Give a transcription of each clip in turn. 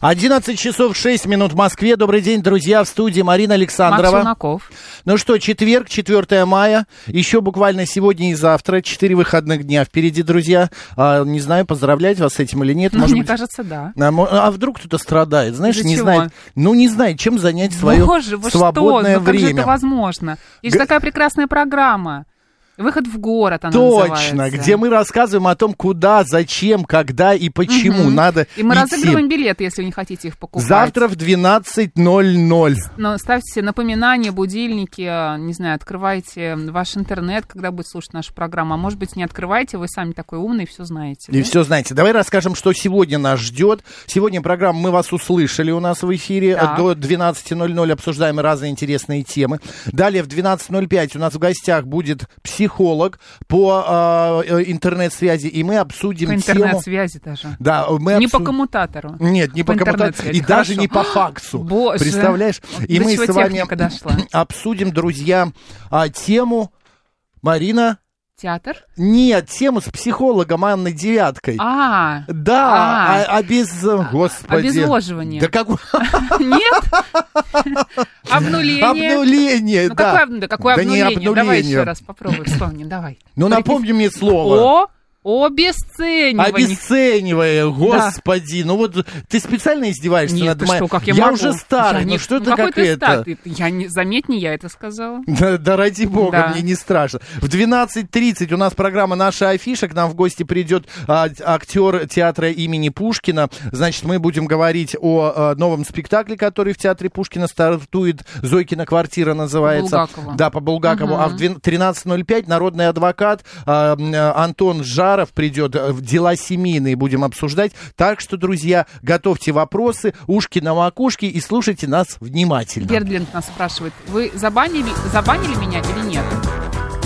11 часов 6 минут в Москве. Добрый день, друзья, в студии Марина Макс Александрова. Челноков. Ну что, четверг, 4 мая. Еще буквально сегодня и завтра. Четыре выходных дня впереди, друзья. А, не знаю, поздравлять вас с этим или нет. Может Ну, Мне быть, кажется, да. А, мо- а вдруг кто-то страдает, знаешь, Из-за не чего? знает, ну не знает, чем занять свое Боже, вы свободное что? Ну, как же время. это возможно? Есть же Г- такая прекрасная программа. Выход в город она Точно, называется. где мы рассказываем о том, куда, зачем, когда и почему Мгм. надо И мы идти. разыгрываем билеты, если вы не хотите их покупать. Завтра в 12.00. Но ставьте себе напоминания, будильники, э, не знаю, открывайте ваш интернет, когда будет слушать нашу программу. А может быть, не открывайте, вы сами такой умный, все знаете. И да? все знаете. Давай расскажем, что сегодня нас ждет. Сегодня программа «Мы вас услышали» у нас в эфире. Так. До 12.00 обсуждаем разные интересные темы. Далее в 12.05 у нас в гостях будет психолог по э, э, интернет-связи. И мы обсудим По тему... интернет-связи даже. Да, мы Не по обсуд- коммутатору. Нет, не по, По коммутации. интернет-связи, И даже хорошо. не по факсу. Боже. Представляешь? И До мы чего с вами техника дошла? обсудим, друзья, а, тему... Марина... Театр? Нет, тему с психологом Анной Девяткой. А, Да, А. а- обез... Господи. обезвоживание. Да какое Нет? Обнуление. обнуление, Ну, да. какое обну- да какое Да не обнуление? Давай обнуление. еще раз попробуй, вспомни, давай. Ну, напомни мне слово. О, обесценивание. Обесценивая, господи. Ну вот ты специально издеваешься Нет, над ты моей- что, как я, я могу? уже старый, Я ну не- что ну, ты какой как ты это? старый? Я не... Заметь, не я это сказала. Да, да ради бога, Да. мне не страшно. В 12.30 у нас программа «Наша афиша». К нам в гости придет а, актер театра имени Пушкина. Значит, мы будем говорить о а, новом спектакле, который в театре Пушкина стартует. «Зойкина квартира» называется. Булгакову. Да, по Булгакову. А в двен- 13.05 народный адвокат а, м, а, Антон Жаров придет. э, в Дела семейные будем обсуждать. Так что, друзья, готовьте вопросы, ушки на макушке и слушайте нас внимательно. Гердлинг нас спрашивает, вы забанили, забанили меня или нет?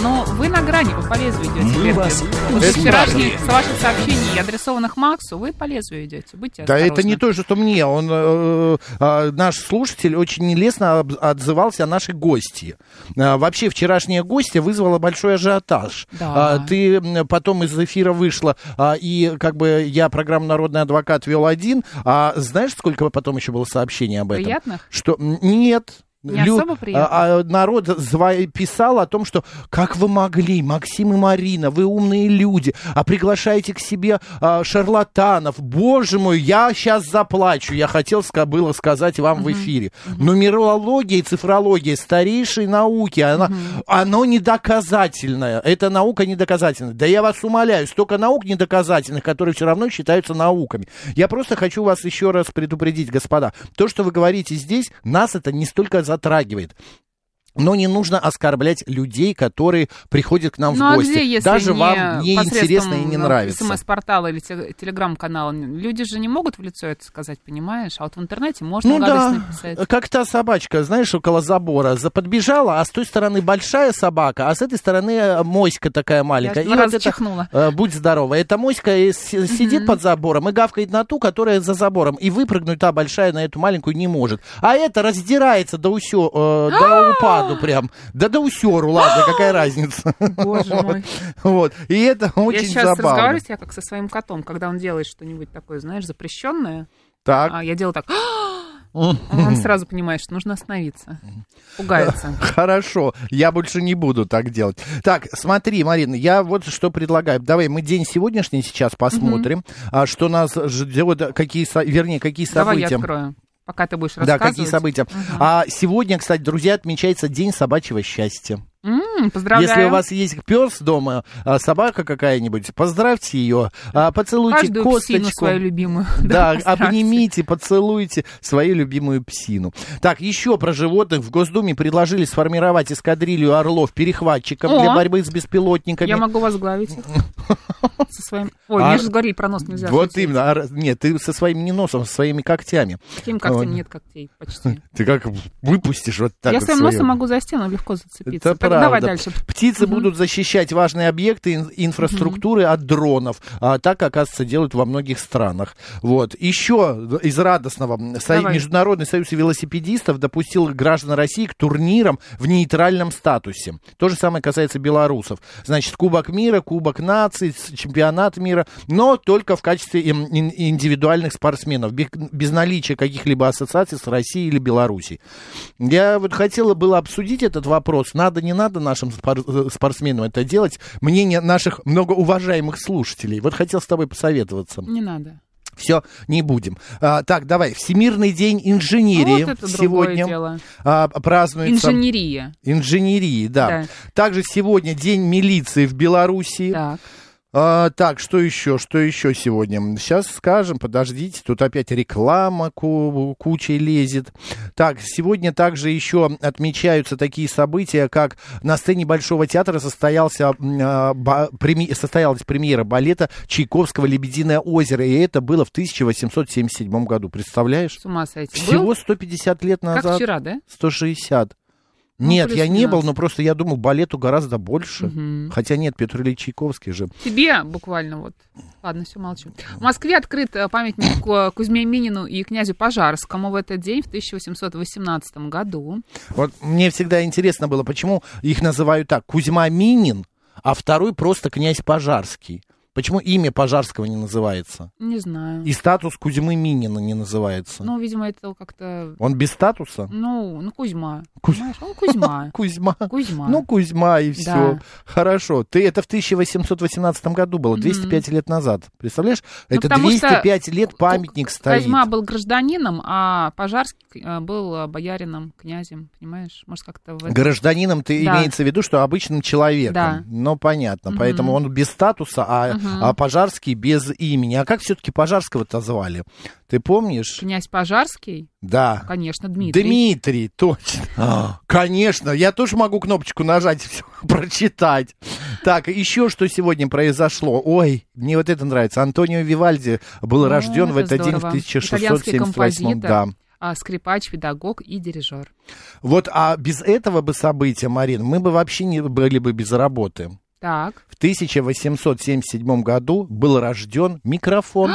Но вы на грани, вы по лезвию идете. Мы Гердлинг. вас Вот услышали. вчерашних ваших сообщений, и адресованных Максу, вы по лезвию идете. Будьте Да осторожны. это не то, что мне. Он, э, э, наш слушатель очень нелестно об- отзывался о нашей гости. А, вообще, вчерашняя гостья вызвала большой ажиотаж. Да. А, ты м, потом из эфира вышла, а, и как бы я программу «Народный адвокат» вел один. А знаешь, сколько потом еще было сообщений об этом? Приятных? Что м, нет. Не особо приятно. а, а, народ зва- писал о том, что как вы могли, Максим и Марина, вы умные люди, а приглашаете к себе а, шарлатанов. Боже мой, я сейчас заплачу. Я хотел ска- было сказать вам в эфире. Нумерология и цифрология старейшие науки, она, оно недоказательное. Эта наука недоказательная. Да я вас умоляю, столько наук недоказательных, которые все равно считаются науками. Я просто хочу вас еще раз предупредить, господа. То, что вы говорите здесь, нас это не столько затрагивает. Но не нужно оскорблять людей, которые приходят к нам Ну в а гости. где, если Даже не вам не посредством, интересно и не ну, нравится. СМС-портала или те- телеграм-канала. Люди же не могут в лицо это сказать, понимаешь? А вот в интернете можно Ну гадость да, написать. как та собачка, знаешь, около забора заподбежала, а с той стороны большая собака, а с этой стороны э, моська такая маленькая. Я два раза чихнула. э, будь здорова, эта моська и с- э, сидит под забором и гавкает на ту, которая за забором, и выпрыгнуть та большая на эту маленькую не может. А эта раздирается до усё, А! э, до упаду прям, да до усеру, ладно, какая разница. Боже мой. Вот, и это Я очень сейчас забавно. разговариваю я как со своим котом, когда он делает что-нибудь такое, знаешь, запрещенное. Так, А я делаю так. а Он сразу понимает, что нужно остановиться. Пугается. Хорошо, я больше не буду так делать. Так, смотри, Марина, я вот что предлагаю. Давай мы день сегодняшний сейчас посмотрим, а, что нас ждет, какие, со- вернее, какие Давай я события. открою, пока ты будешь Да, рассказывать. какие события. А сегодня, кстати, друзья, отмечается День собачьего счастья. М, Поздравляю. Если у вас есть пес дома, а, собака какая-нибудь, поздравьте ее, а, поцелуйте Каждую косточку. псину свою любимую. Да, поздравьте. обнимите, поцелуйте свою любимую псину. Так, еще про животных. В Госдуме предложили сформировать эскадрилью орлов-перехватчиков О. для борьбы с беспилотниками. Я могу возглавить их. Со своим... Ой, А- мне же говорили, про нос нельзя. Вот шутить. именно. ор- Нет, ты со своим не носом, со своими когтями. Каким когтем Ой. нет когтей почти. Ты как выпустишь вот так Я вот своим своё. носом могу за стену легко зацепиться. Это Так, правда. Давай дальше. Птицы Мгм. будут защищать важные объекты ин- инфраструктуры от дронов. А так, оказывается, делают во многих странах. Вот. Еще из радостного. Со- Давай. Международный союз велосипедистов допустил граждан России к турнирам в нейтральном статусе. То же самое касается белорусов. Значит, Кубок мира, Кубок наций, с- чемпионат мира, но только в качестве им- ин- индивидуальных спортсменов, бе- без наличия каких-либо ассоциаций с Россией или Беларусью. Я вот хотела было обсудить этот вопрос. Надо, не надо нашим спор- э, спортсменам это делать. Мнение наших многоуважаемых слушателей. Вот хотел с тобой посоветоваться. Не надо. Все, не будем. А, так, давай. Всемирный день инженерии Ну, Вот это другое сегодня дело. а, празднуется. Инженерия. Инженерии, да. Да. Также сегодня день милиции в Белоруссии. Так. А, так, что еще, что еще сегодня? Сейчас скажем, подождите, тут опять реклама ку- кучей лезет. Так, сегодня также еще отмечаются такие события, как на сцене Большого театра состоялся, м, а, ба- преми- состоялась премьера балета Чайковского «Лебединое озеро», и это было в 1877 году, представляешь? С ума сойти. Всего Был? 150 лет назад. Как вчера, да? 160. Нет, я не плюс-минус. был, но просто я думал, балету гораздо больше. Мгм. Хотя нет, Петр Ильич Чайковский же. Тебе буквально вот. Ладно, все, молчу. В Москве открыт э, памятник Ку- Кузьме Минину и князю Пожарскому в этот день, в 1818 году. Вот мне всегда интересно было, почему их называют так. Кузьма Минин, а второй просто князь Пожарский. Почему имя Пожарского не называется? Не знаю. И статус Кузьмы Минина не называется. Ну, видимо, это как-то... Он без статуса? Ну, ну, Кузьма. Кузь- Понимаешь? Ну, Кузьма. Кузьма. Кузьма. Ну, Кузьма и все. Да. Хорошо. Ты это в 1818 году было, 205 лет назад. Представляешь? Ну, это потому что 205 лет памятник К- стоит. Кузьма был гражданином, а Пожарский э, был э, боярином, князем, понимаешь? Может, как-то в этом- Гражданином ты Да. имеется в виду, что обычным человеком. Да. Ну, понятно. Мгм. Поэтому он без статуса, а, Мгм. а Пожарский без имени. А как все-таки Пожарского-то звали? Ты помнишь? Князь Пожарский, Да. конечно, Дмитрий. Дмитрий, точно. А, Конечно, я тоже могу кнопочку нажать, все прочитать. Так, еще что сегодня произошло. Ой, мне вот это нравится. Антонио Вивальди был Ну, рожден в это этот день в здорово. 1678 Итальянский Да. композитор. а, скрипач, педагог и дирижер. Вот, а без этого бы события, Марин, мы бы вообще не были бы без работы. Так, В 1877 году был рожден микрофон.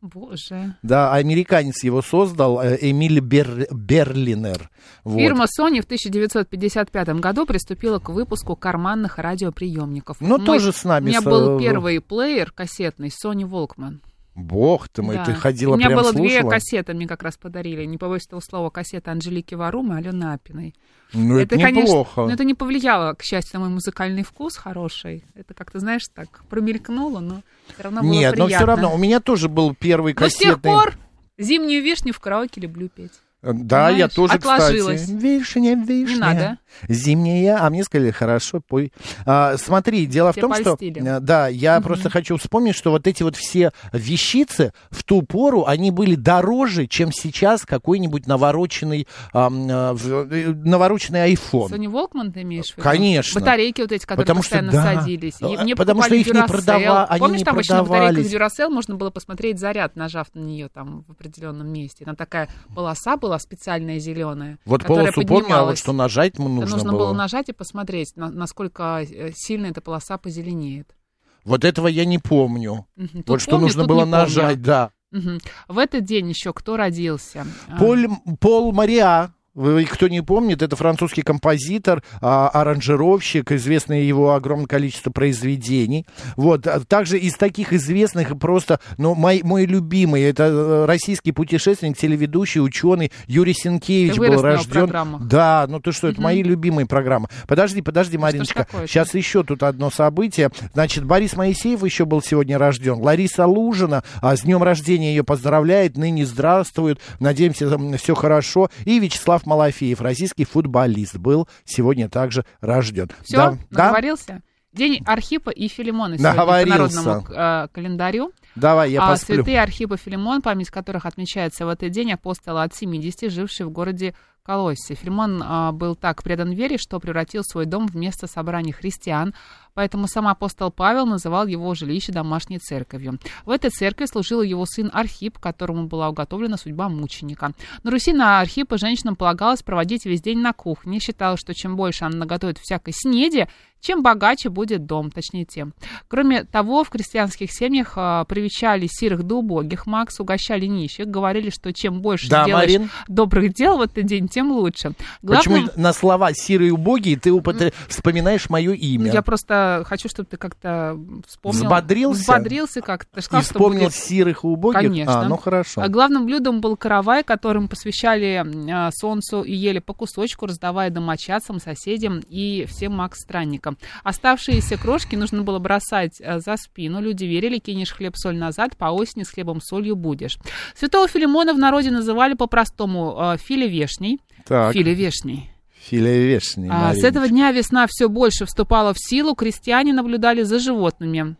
боже. Да, американец его создал, э, Эмиль Бер- Берлинер. Вот. Фирма Sony в 1955 году приступила к выпуску карманных радиоприемников. Ну, Мой- тоже с нами. У меня с- э, был первый плеер кассетный Sony Walkman. Бог ты мой, Да. ты ходила У меня прям было две слушала? кассеты, мне как раз подарили. Не побоюсь этого слова, кассеты Анжелики Варум и Алены Апиной. Ну, это, неплохо. но это не повлияло, к счастью, на мой музыкальный вкус хороший. Это как-то, знаешь, так промелькнуло, но все равно было Нет, но все приятно. равно, у меня тоже был первый Но с кассетный. тех пор «Зимнюю вишню» в караоке люблю петь. Э, Да, я Знаешь, тоже, отложилось. кстати. Вишня, вишня. Не надо. Зимняя. А мне сказали, хорошо, пой. А, смотри, дело Тебя в том, что... польстили. э, Да, я просто хочу вспомнить, что вот эти вот все вещицы в ту пору, они были дороже, чем сейчас какой-нибудь навороченный, ам, э, в- э, навороченный айфон. Sony Walkman ты имеешь в виду? Конечно. Батарейки вот эти, которые Потому что, постоянно да. садились. И А, мне потому покупали что их не Duracell. продава- они Помнишь, не там еще на батарейках продавались. Duracell можно было посмотреть заряд, нажав на нее там в определенном месте. Там такая полоса была специальная зеленая, Вот которая полосу помню, а вот поднималась. что нажать м- Это нужно, нужно было нажать и посмотреть, на- насколько э, сильно эта полоса позеленеет. Вот этого я не помню. Мгм. Тут вот что помню, нужно тут было не помню. нажать, да. Мгм. В этот день еще кто родился? А, Поль, Пол Мариа. Вы- Кто не помнит, это французский композитор, а, аранжировщик, известное его огромное количество произведений. Вот. а Также из таких известных и просто, ну, мой, мой любимый, это э, российский путешественник, телеведущий, ученый Юрий Сенкевич Ты был вырос на рожден. программах. Да, ну ты что, это мои любимые программы. Подожди, подожди, Ну, ж Мариночка, такое-то? сейчас еще тут одно событие. Значит, Борис Моисеев еще был сегодня рожден. Лариса Лужина, а, с днем рождения ее поздравляет, ныне здравствует, надеемся, все хорошо. И Вячеслав Вячеслав Малафеев, российский футболист, был сегодня также рожден. Все, да, наговорился? День Архипа и Филимона сегодня Наговорился. по народному э, календарю. давай, я а посплю. святые Архипа и Филимон, память которых отмечается в этот день, апостолы от 70, жившие в городе Колоссе. Филимон а, был так предан вере, что превратил свой дом в место собрания христиан, поэтому сам апостол Павел называл его жилище домашней церковью. В этой церкви служил его сын Архип, которому была уготовлена судьба мученика. На Руси на Архипа женщинам полагалось проводить весь день на кухне. Считалось, что чем больше она наготовит всякой снеди, чем богаче будет дом, точнее тем. Кроме того, в крестьянских семьях а, привечали сирых до убогих макс, угощали нищих, говорили, что чем больше Да, делаешь Марин? добрых дел в этот день, тем лучше. Почему Главным- на слова «серые убогие» ты употре- вспоминаешь мое Ну, имя? я просто хочу, чтобы ты как-то вспомнил. Взбодрился? Взбодрился как-то. Ты же И сказал, что вспомнил будет- «серых и убогих»? Конечно. А, ну хорошо. А Главным блюдом был каравай, которым посвящали а, солнцу и ели по кусочку, раздавая домочадцам, соседям и всем макс-странникам. Оставшиеся крошки нужно было бросать а, за спину. Люди верили, кинешь хлеб-соль назад, по осени с хлебом-солью будешь. Святого Филимона в народе называли по-простому а, Филя Вешний. Так, Филя Вешний. филевешный, А, с Мариночка. этого дня весна все больше вступала в силу, крестьяне наблюдали за животными.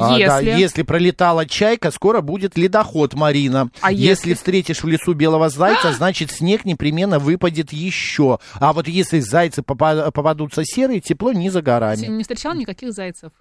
А, если, да, если пролетала чайка, скоро будет ледоход, Марина. А если... если? встретишь в лесу белого зайца, значит снег непременно выпадет еще. А вот если зайцы попа- попадутся серые, тепло не за Ты горами. не встречал никаких зайцев.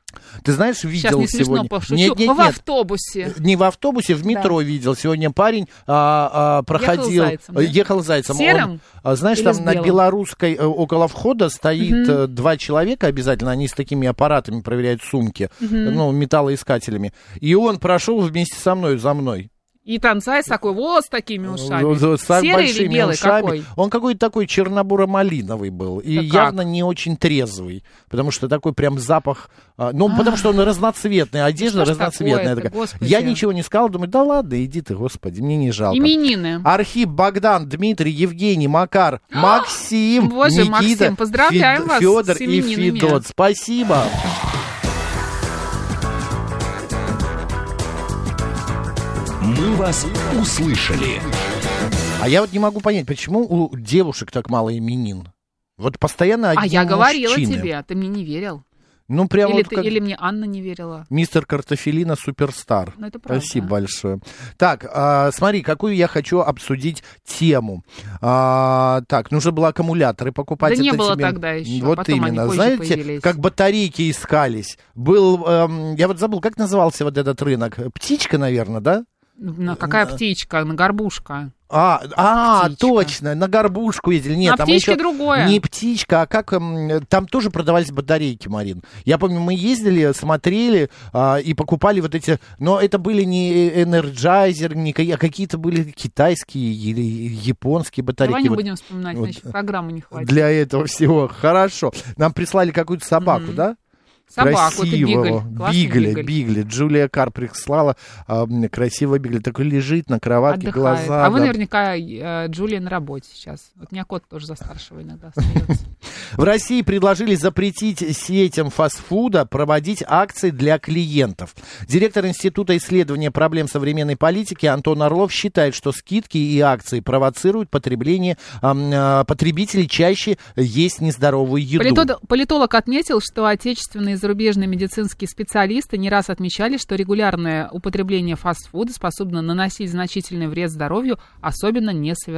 Ты знаешь, Сейчас видел не смешно сегодня. пошучу. Нет, нет, в нет. автобусе. Не в автобусе, в метро видел. Сегодня парень а, а, проходил, Ехал зайцем, да? э, ехал зайцем. Серым? Он, а, знаешь, Или там с на белым? белорусской э, около входа стоит э, два человека обязательно. Они с такими аппаратами проверяют сумки, ну металлоискателями. И он прошел вместе со мной, за мной. И там заяц такой, вот с такими ушами. Вот, вот, с Серый или большими белый ушами. какой? Он какой-то такой чернобуро-малиновый был. И Да как? явно не очень трезвый. Потому что такой прям запах... а, Ну, потому что он разноцветный. Одежда Ну, что ж разноцветная. такое-то, такая. господи. Я ничего не сказал. Думаю, да ладно, иди ты, господи, мне не жалко. Именины. Архип, Богдан, Дмитрий, Евгений, Макар, Максим, А! Боже, Никита, Максим, поздравляем вас с Федор и именинами. Федот. Спасибо. «Мы вас услышали». А я вот не могу понять, почему у девушек так мало именин? Вот постоянно одни А я говорила мужчины. тебе, а ты мне не верил. Ну, прям или, вот ты- как... или мне Анна не верила. Мистер Картофелина Суперстар. Ну, это правда. Спасибо большое. Так, а, смотри, какую я хочу обсудить тему. А, так, нужно было аккумуляторы покупать. Да не это было тебе- тогда еще, Вот потом они именно. позже Знаете, появились. как батарейки искались. Был, эм, я вот забыл, как назывался вот этот рынок. Птичка, наверное, да? На- какая птичка, на горбушка. А, а, Птичка. точно, на горбушку ездили. Нет, На там птичке еще другое. Не птичка, а как эм, там тоже продавались батарейки, Марин. Я помню, мы ездили, смотрели а, и покупали вот эти, но это были не энерджайзер, не ка- а какие-то были китайские или японские Давай батарейки. не Вот Ну, будем вспоминать, вот, значит, программы не хватит. Для этого всего. Хорошо. Нам прислали какую-то собаку, да? Собаку, это красивого. бигль. Классный Бигля, бигль. бигля. Джулия Кар прислала а, м, красивого бигля. Такой лежит на кроватке, Отдыхает. глаза. а вы да. наверняка э, Джулия на работе сейчас. Вот у меня кот тоже за старшего иногда остается. В России предложили запретить сетям фастфуда проводить акции для клиентов. Директор Института исследования проблем современной политики Антон Орлов считает, что скидки и акции провоцируют потребление ам, э, потребителей чаще есть нездоровую еду. Политод- Политолог отметил, что отечественные и зарубежные медицинские специалисты не раз отмечали, что регулярное употребление фастфуда способно наносить значительный вред здоровью, особенно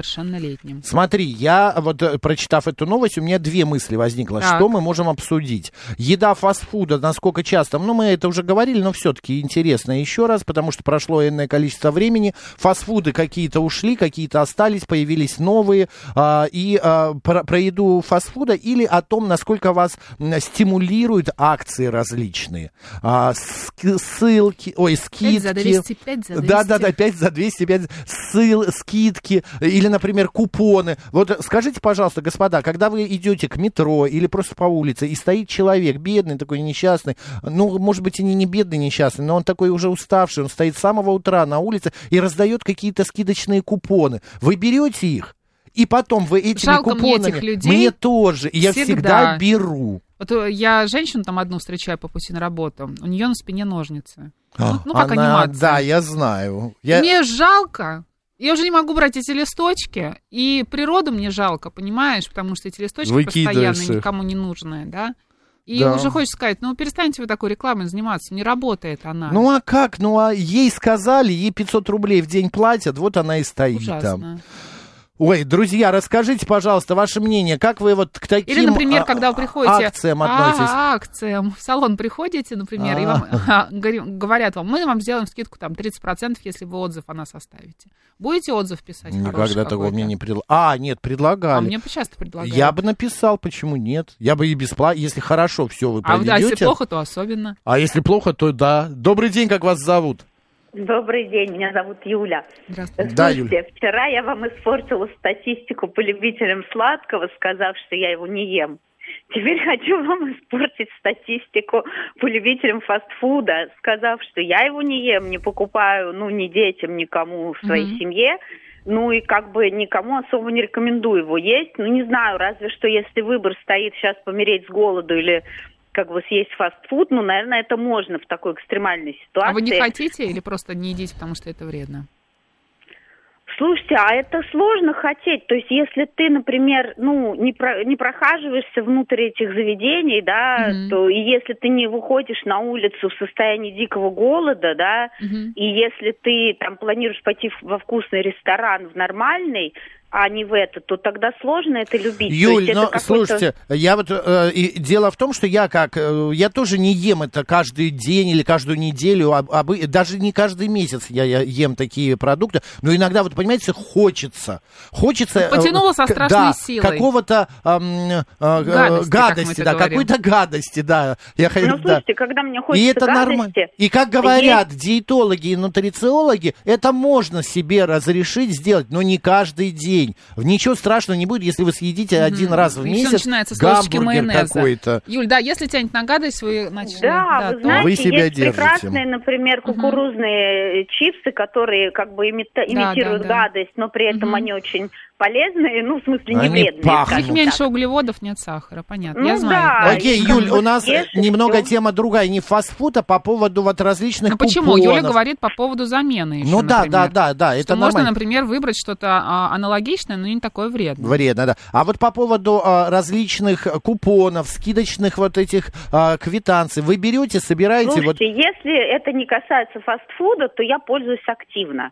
несовершеннолетним. Смотри, я вот э, прочитав эту новость, у меня две мысли возникло. Так. Что мы можем обсудить? Еда фастфуда, насколько часто? Ну, мы это уже говорили, но все-таки интересно еще раз, потому что прошло энное количество времени. Фастфуды какие-то ушли, какие-то остались, появились новые. А, и а, про, про еду фастфуда или о том, насколько вас м, стимулируют акции различные. А, ски- ссылки, ой, скидки. за 200, пять за 200. Да, да, да, 5 за 200, 5 ссыл, скидки или, например, купоны. Вот скажите, пожалуйста, господа, когда вы идете к метро или просто по улице, и стоит человек, бедный такой, несчастный, ну, может быть, и не, не бедный, несчастный, но он такой уже уставший, он стоит с самого утра на улице и раздает какие-то скидочные купоны. Вы берете их? И потом вы этими Жалко мне купонами... этих людей. Мне тоже. И я всегда Всегда. беру. Вот э, я женщину там одну встречаю по пути на работу, у А. нее на спине ножницы. Ну, ну, как Она- анимация. Да, я знаю. Я... Мне жалко, Я уже не могу брать эти листочки, и природу мне жалко, понимаешь, потому что эти листочки Выкидываешь постоянно их. никому не нужные, да? И Да. уже хочешь сказать, ну перестаньте вы такой рекламой заниматься, не работает она. Ну а как? Ну а ей сказали, ей 500 рублей в день платят, вот она и стоит там. Ужасно. Ой, друзья, расскажите, пожалуйста, ваше мнение, как вы вот к таким Или, например, а, когда вы приходите... акциям А, относитесь? А. акциям. В салон приходите, например, и вам говори- говорят вам, мы вам сделаем скидку там 30%, если вы отзыв о нас оставите. Будете отзыв писать? хороший Никогда такого какой-то? мне не предлагали. А, нет, предлагали. А мне часто предлагают. Я бы написал, почему нет. Я бы и бесплатно, если хорошо все вы А вот, а проведете. если плохо, то особенно. А если плохо, то да. Добрый день, как вас зовут? Добрый день, меня зовут Юля. Здравствуйте. Да, Слушайте, вчера я вам испортила статистику по любителям сладкого, сказав, что я его не ем. Теперь хочу вам испортить статистику по любителям фастфуда, сказав, что я его не ем, не покупаю, ну, ни детям, никому в своей Мгм. семье. Ну и как бы никому особо не рекомендую его есть. Ну не знаю, разве что если выбор стоит сейчас помереть с голоду или как бы съесть фастфуд, ну, наверное, это можно в такой экстремальной ситуации. А вы не хотите или просто не едите, потому что это вредно? Слушайте, а это сложно хотеть. То есть, если ты, например, ну, не, про- не прохаживаешься внутрь этих заведений, да, Мгм. то и если ты не выходишь на улицу в состоянии дикого голода, да, Мгм. и если ты там планируешь пойти в- во вкусный ресторан, в нормальный, а не в этот, то тогда сложно это любить. То Юль, есть это но какой-то- слушайте, я вот э, и дело в том, что я как э, я тоже не ем это каждый день или каждую неделю, а- а бы- даже не каждый месяц я, я ем такие продукты. Но иногда вот понимаете, хочется, хочется э, Ну, потянуло со к- страшной да, силой. какого-то эм, э, э, Гадости, как мы это да, говорим. какой-то гадости, да. Я хо- Ну, да. слушайте, когда мне хочется И это нормально. гадости, а И как говорят диетологи и нутрициологи, это можно себе разрешить сделать, но не каждый день. Ничего страшного не будет, если вы съедите один раз в И всё месяц начинается с ложечки гамбургер майонеза. какой-то. Юль, да, если тянет на гадость, вы начали... Да, вы то- знаете, Вы себя есть держите. прекрасные, например, кукурузные э, чипсы, которые как бы имита- да, имитируют да. гадость, но при этом Мгм. они очень полезные, ну, в смысле, не Они вредные. пахнут. скажем Их так. меньше углеводов, нет сахара, понятно. Ну Я знаю. да, да. и Окей, как Юль, бы у нас ешь, и немного всё. тема другая, не фастфуд, а по поводу вот различных Ну почему? купонов. Юля говорит по поводу замены еще, Ну да, да, например. да, да, это Что можно, нормально. например, выбрать что-то а, аналогичное, но не такое вредное. Вредно, да. А вот по поводу а, различных купонов, скидочных вот этих а, квитанций, вы берете, собираете вот Слушайте, если это не касается фастфуда, то я пользуюсь активно.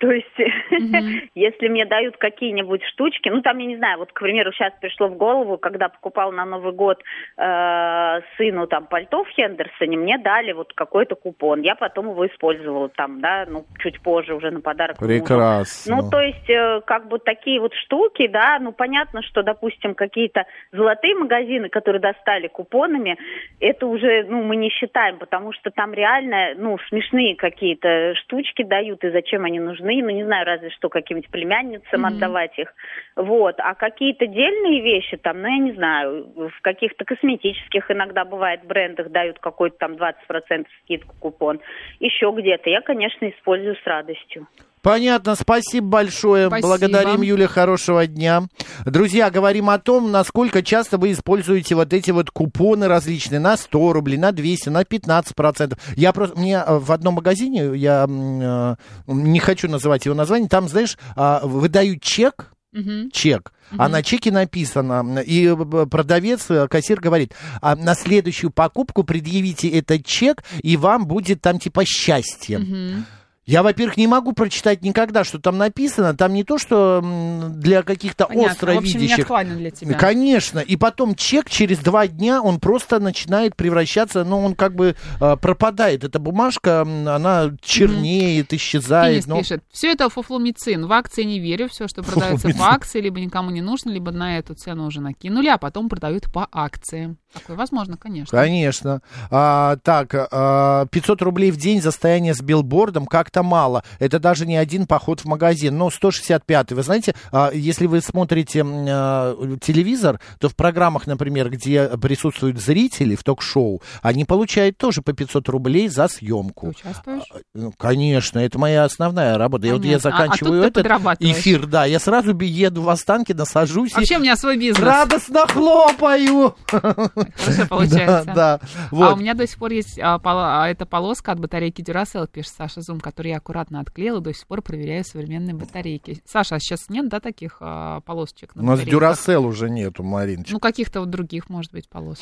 То есть, если мне дают какие-нибудь штучки, ну там, я не знаю, вот, к примеру, сейчас пришло в голову, когда покупал на Новый год э, сыну там пальто в Хендерсоне, мне дали вот какой-то купон. Я потом его использовала там, да, ну, чуть позже уже на подарок. мужу. прекрасно. Ну, то есть, э, как бы такие вот штуки, да, ну, понятно, что, допустим, какие-то золотые магазины, которые достали купонами, это уже, ну, мы не считаем, потому что там реально, ну, смешные какие-то штучки дают, и зачем они нужны, ну, не знаю, разве что каким-нибудь племянницам Мгм. отдавать их. Вот, а какие-то дельные вещи там, ну, я не знаю, в каких-то косметических иногда бывает брендах дают какой-то там 20% скидку купон, еще где-то. Я, конечно, использую с радостью. Понятно, спасибо большое. Спасибо. Благодарим, Юля, хорошего дня. Друзья, говорим о том, насколько часто вы используете вот эти вот купоны различные на 100 рублей, на 200, на 15 процентов. Я просто, мне э, в одном магазине, я м, э, не хочу называть его название, там, знаешь, а, выдают чек, Мгм. чек. А на чеке написано, и э, продавец, э, кассир говорит, а на следующую покупку предъявите этот чек, и вам будет там типа счастье. Мгм. Я, во-первых, не могу прочитать никогда, что там написано. Там не то, что м, для каких-то Понятно. остро В общем, не видящих. актуально для тебя. Конечно. И потом чек через два дня, он просто начинает превращаться, ну, он как бы э, пропадает. Эта бумажка, м, она чернеет, исчезает. Финис но- пишет, все это фуфлумицин, в акции не верю, все, что продается по акции, либо никому не нужно, либо на эту цену уже накинули, а потом продают по акции. Такое возможно, конечно. Конечно. А, так, а, 500 рублей в день за стояние с билбордом как-то мало. Это даже не один поход в магазин. Но 165 Вы знаете, а, если вы смотрите м, а, телевизор, то в программах, например, где присутствуют зрители в ток-шоу, они получают тоже по 500 рублей за Ты съемку. участвуешь? Ну, конечно, это моя основная работа. И вот я Понятно. А- а заканчиваю тут ты этот подрабатываешь. эфир, да. Я сразу бе- еду в Останкино, сажусь и Вообще у меня свой бизнес. радостно хлопаю. Хорошо Да, получается. да. А Вот. у меня до сих пор есть а, поло- а, эта полоска от батарейки Duracell, пишет Саша Зум, которую которые я аккуратно отклеила, до сих пор проверяю современные батарейки. Саша, а сейчас нет, да, таких а, полосочек? на У нас батарейках? дюрасел уже нету, Мариночка. Ну, каких-то вот других, может быть, полос.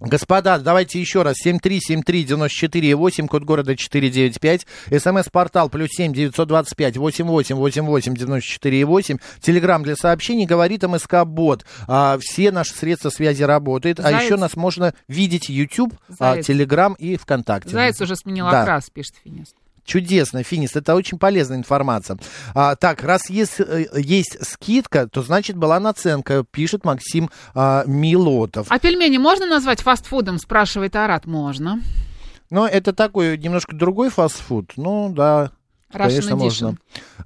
Господа, давайте еще раз. 7373948, код города 495. СМС-портал плюс 7 925 8888 948. Телеграмм для сообщений говорит МСК-бот. А, все наши средства связи работают. А Заяц. еще нас можно видеть YouTube, а, Заяц. Телеграм и ВКонтакте. Заяц уже сменил Да. окрас, пишет Финист. Чудесно, Финист, это очень полезная информация. А, так, раз есть, э, есть скидка, то значит была наценка, пишет Максим а, Милотов. А пельмени можно назвать фастфудом, спрашивает Арат. Можно. Но это такой немножко другой фастфуд. Ну, да. Russian Конечно, Edition. можно.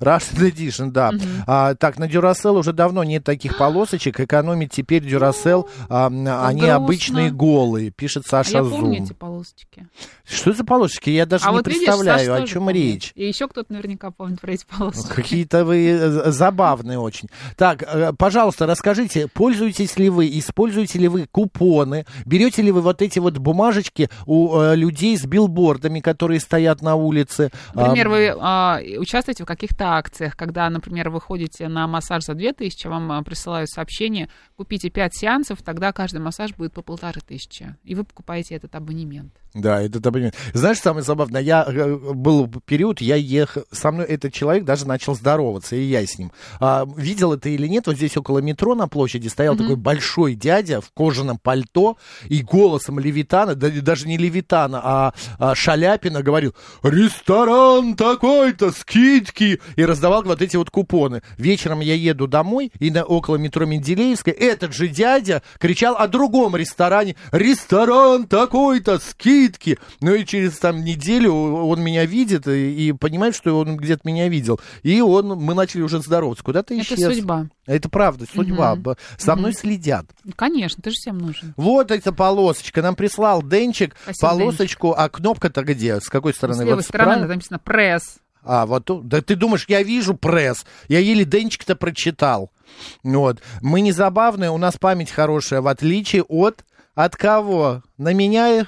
Russian Edition, да. А, так, на Duracell уже давно нет таких полосочек. Экономить теперь Duracell, а, м, они Ну, грустно. обычные голые, пишет А Саша я Зум. помню эти полосочки. Что за полосочки? Я даже а не вот видишь, представляю, Саш о тоже чем помнит. речь. Ну, И еще кто-то наверняка помнит про эти полосочки. Какие-то вы э, забавные очень. Так, э, пожалуйста, расскажите, пользуетесь ли вы, используете ли вы купоны, берете ли вы вот эти вот бумажечки у э, людей с билбордами, которые стоят на улице? Например, А, вы а, и участвуете в каких-то акциях, когда, например, вы ходите на массаж за 2000, вам а, присылают сообщение, купите 5 сеансов, тогда каждый массаж будет по полторы тысячи, и вы покупаете этот абонемент. Да, это ты понимаешь. Знаешь, самое забавное, я э, был период, я ехал, со мной этот человек даже начал здороваться, и я с ним. А, видел это или нет, вот здесь около метро на площади стоял такой большой дядя в кожаном пальто и голосом Левитана, да, и даже не Левитана, а, а Шаляпина говорил, ресторан такой-то, скидки, и раздавал вот эти вот купоны. Вечером я еду домой, и на, около метро Менделеевской этот же дядя кричал о другом ресторане, ресторан такой-то, скидки. Ну и через там неделю он меня видит и, и понимает, что он где-то меня видел. И он, мы начали уже здороваться. Куда ты Это исчез? судьба. Это правда, судьба. Б- Со мной следят. Ну, Конечно, ты же всем нужен. Вот эта полосочка. Нам прислал Денчик Спасибо, полосочку, а кнопка-то где? С какой С стороны? левой Вот стороны справа? там написано пресс. А, вот тут. Да ты думаешь, я вижу пресс. Я еле Денчик-то прочитал. Вот. Мы не забавные, у нас память хорошая, в отличие от... От кого? На меня,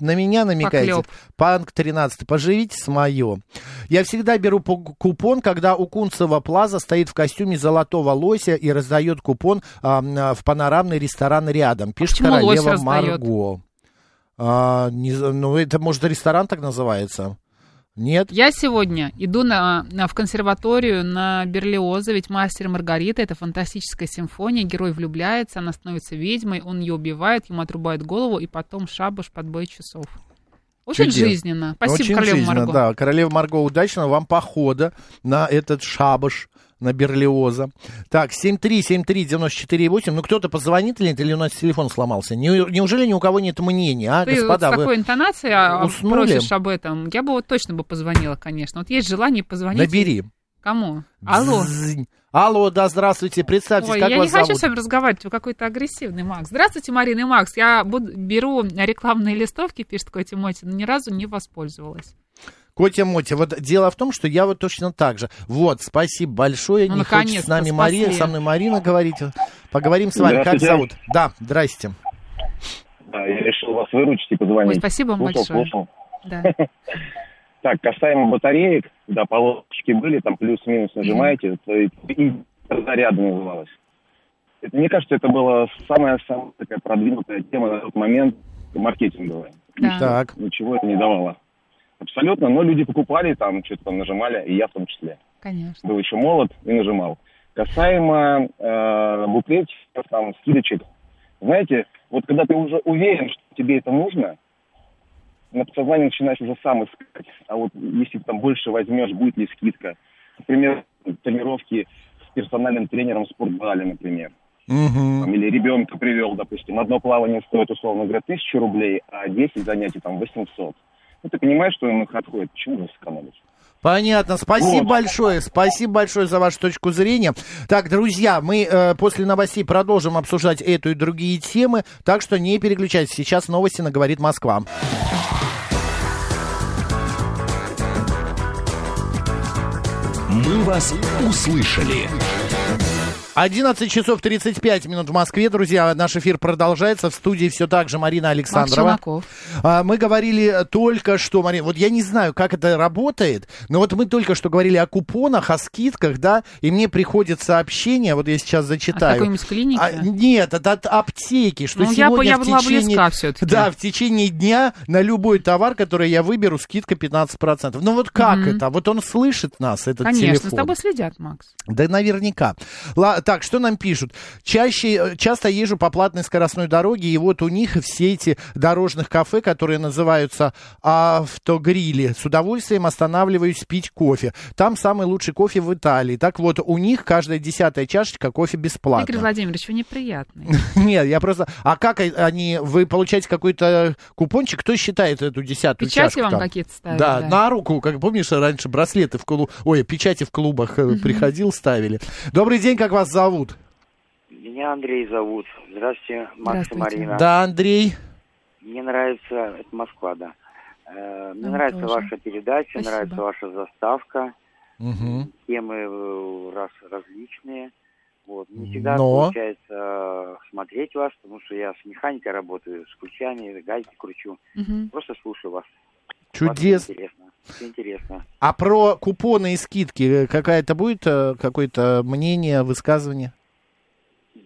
на меня намекаете? Поклёп. Панк 13, поживите с моё. Я всегда беру по- купон, когда у Кунцева Плаза стоит в костюме золотого лося и раздает купон а, м, а, в панорамный ресторан рядом. Пишет почему лось королева раздаёт? Марго. А, не з- ну, это, может, ресторан так называется? Нет? Я сегодня иду на, на- в консерваторию на Берлиоза, ведь мастер и Маргарита это фантастическая симфония, герой влюбляется, она становится ведьмой, он ее убивает, ему отрубает голову, и потом шабаш под бой часов. Очень Чудес. жизненно. Спасибо, Очень королева жизненно, Марго. Да, королева Марго, удачного вам похода на этот шабаш на Берлиоза. Так, 7373948. Ну, кто-то позвонит или нет, или у нас телефон сломался? Не- неужели ни у кого нет мнения, а, Ты господа? вот с вы такой интонацией а, уснули? просишь об этом. Я бы вот точно бы позвонила, конечно. Вот есть желание позвонить. Набери. Кому? Алло. Дзынь. Алло, да, здравствуйте. Представьтесь, Ой, как я вас не хочу зовут? с вами разговаривать, вы какой-то агрессивный, Макс. Здравствуйте, Марина и Макс. Я буду- беру рекламные листовки, пишет Котя Моти, но ни разу не воспользовалась. Котя Мотя, вот дело в том, что я вот точно так же. Вот, спасибо большое. Ну, не хочет с наконец-то нами Мария, спасли. со мной Марина говорить. Поговорим с вами. Как Здравствуйте. зовут? Да, здрасте. Да, я решил вас выручить и позвонить. Ой, спасибо вам Слушал, большое. слушал. Да. Так, касаемо батареек, да, полосочки были, там плюс-минус нажимаете, то и, и заряда называлось. Это, мне кажется, это была самая-самая такая продвинутая тема на тот момент маркетинговая. Да. Так. Ничего это не давало. Абсолютно, но люди покупали там, что-то там нажимали, и я в том числе. Конечно. был еще молод и нажимал. Касаемо э, буклетчиков, там, скидочек, знаете, вот когда ты уже уверен, что тебе это нужно, на подсознании начинаешь уже сам искать. А вот если ты там больше возьмешь, будет ли скидка. Например, тренировки с персональным тренером в спортзале, например. Мгм. Там, или ребенка привел, допустим, одно плавание стоит, условно говоря, тысячу рублей, а 10 занятий там 800. Ну, ты понимаешь, что он их отходит. Почему же сэкономить? Понятно. Спасибо Вот. большое. Спасибо большое за вашу точку зрения. Так, друзья, мы э, после новостей продолжим обсуждать эту и другие темы. Так что не переключайтесь. Сейчас новости на «Говорит Москва». «Мы вас услышали». 11 часов 35 минут в Москве, друзья. Наш эфир продолжается. В студии все так же Марина Александрова. Челноков. А, Мы говорили только что, Марина, вот я не знаю, как это работает, но вот мы только что говорили о купонах, о скидках, да, и мне приходит сообщение, вот я сейчас зачитаю. какой-нибудь клиники? А, нет, от, от аптеки, что Ну, я бы- сегодня я в была течение... близка всё-таки. Да, в течение дня на любой товар, который я выберу, скидка 15%. Ну вот как это? Вот он слышит нас, этот Конечно, телефон. с тобой следят, Макс. Да наверняка. Ла- так, что нам пишут? Чаще, э, часто езжу по платной скоростной дороге, и вот у них все эти дорожных кафе, которые называются автогрили. С удовольствием останавливаюсь пить кофе. Там самый лучший кофе в Италии. Так вот, у них каждая десятая чашечка кофе Игорь бесплатно. Владимирович, вы неприятный. Нет, я просто... А как о- они... Вы получаете какой-то купончик? Кто считает эту десятую Печати чашку вам там? какие-то ставят. Да, на руку, как помнишь, раньше браслеты в клуб... Ой, печати в клубах э, приходил, ставили. Добрый день, как вас зовут? Меня Андрей зовут. Здравствуйте, Макс и Здравствуйте. Марина. Да, Андрей. Мне нравится, это Москва, да. Э, Мне Нам нравится тоже. ваша передача, Спасибо. нравится ваша заставка. Мгм. Темы э, раз, различные. Вот. Не всегда Но. получается э, смотреть вас, потому что я с механикой работаю, с ключами, гайки кручу. Мгм. Просто слушаю вас. Вас Чудес. всё интересно. Всё интересно. А про купоны и скидки э, какая-то будет э, какое-то мнение, высказывание?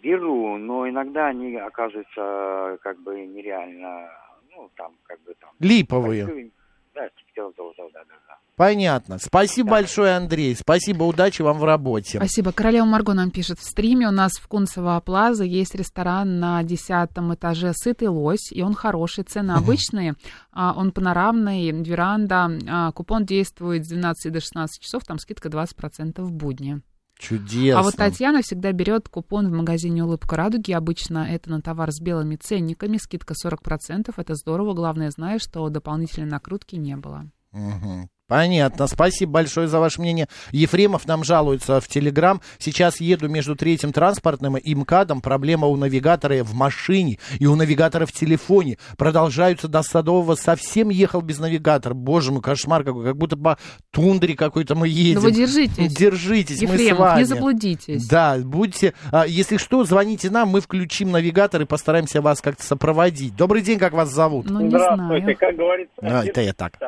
Беру, но иногда они оказываются как бы нереально, ну, там, как бы там. Липовые. Да, типа того, того, того, да, да, да. Понятно. Спасибо большое, Андрей. Спасибо, удачи вам в работе. Спасибо. Королева Марго нам пишет. В стриме у нас в Кунцево Плаза есть ресторан на десятом этаже «Сытый лось», и он хороший. Цены обычные, а, он панорамный, веранда. а, Купон действует с 12 до 16 часов, там скидка 20% в будни. Чудесно. А вот Татьяна всегда берет купон в магазине «Улыбка радуги». Обычно это на товар с белыми ценниками, скидка 40%. Это здорово, главное, зная, что дополнительной накрутки не было. Мгм. Понятно. Спасибо большое за ваше мнение. Ефремов нам жалуется в Телеграм. Сейчас еду между третьим транспортным и МКАДом. Проблема у навигатора в машине и у навигатора в телефоне. Продолжаются до Садового. Совсем ехал без навигатора. Боже мой, кошмар какой. Как будто по тундре какой-то мы едем. Да Ну, вы держитесь, Держитесь, мы с Ефремов, вами. не заблудитесь. Да, будьте... а, Если что, звоните нам, мы включим навигатор и постараемся вас как-то сопроводить. Добрый день, как вас зовут? Ну, не Здравствуйте, знаю. как говорится. А, это я так.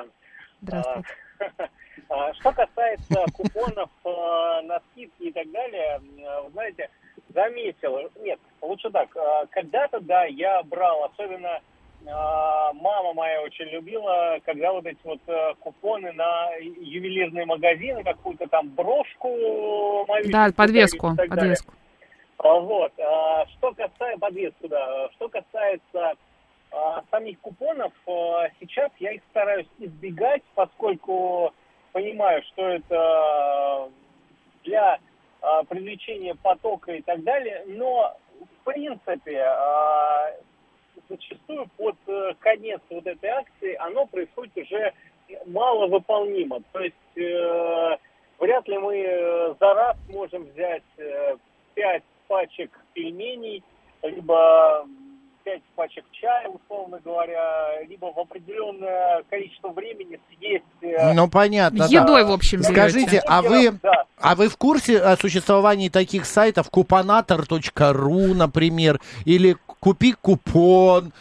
Здравствуйте. А, Что касается купонов э, на скидки и так далее, э, вы знаете, заметил, нет, лучше так, э, когда-то, да, я брал, особенно э, мама моя очень любила, когда вот эти вот э, купоны на ювелирные магазины, какую-то там брошку э, мою. Да, подвеску, подвеску. А, Вот. а, Что касается подвеску, да. Что касается а, самих купонов, а, сейчас я их стараюсь избегать, поскольку понимаю, что это для а, привлечения потока и так далее. Но в принципе а, зачастую под э, конец вот этой акции оно происходит уже маловыполнимо. То есть э, вряд ли мы э, за раз можем взять э, пять пачек пельменей, либо пять пачек чая, условно говоря, либо в определенное количество времени съесть... э, Ну, понятно. да. Едой, в общем, берете. Скажите, а вы, Да. а вы в курсе о существовании таких сайтов купонаторру например, или купикупон.ру?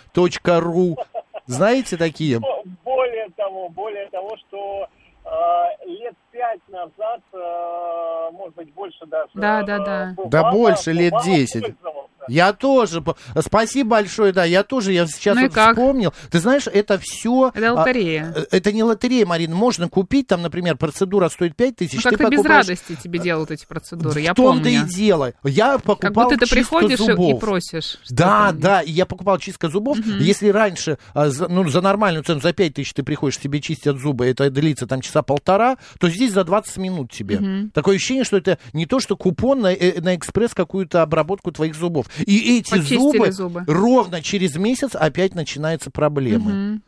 Знаете такие? Бо- Более того, более того, что э, лет пять назад, э, может быть, больше даже... Да, э, да, да. бывало- Да больше лет бывало 10. пользовался. Я тоже. по- Спасибо большое, да, я тоже, я сейчас Ну и вот как? вспомнил. Ты знаешь, это все... Это лотерея. Ну, это не лотерея, Марина. Можно купить, там, например, процедура стоит 5 тысяч. Ну, ты как-то без покупаешь- радости тебе делают эти процедуры, В я том-то и помню. дело. Я покупал Как будто ты чистку приходишь и- и зубов. просишь. что Да, там. да, и я покупал чистка зубов. Если раньше а, за, ну, за нормальную цену, за 5 тысяч ты приходишь, тебе чистят зубы, это длится там часа полтора, то здесь за 20 минут тебе. Такое ощущение, что это не то, что купон на, э, на экспресс какую-то обработку твоих зубов. И эти Почистили зубы, зубы. ровно через месяц опять начинаются проблемы.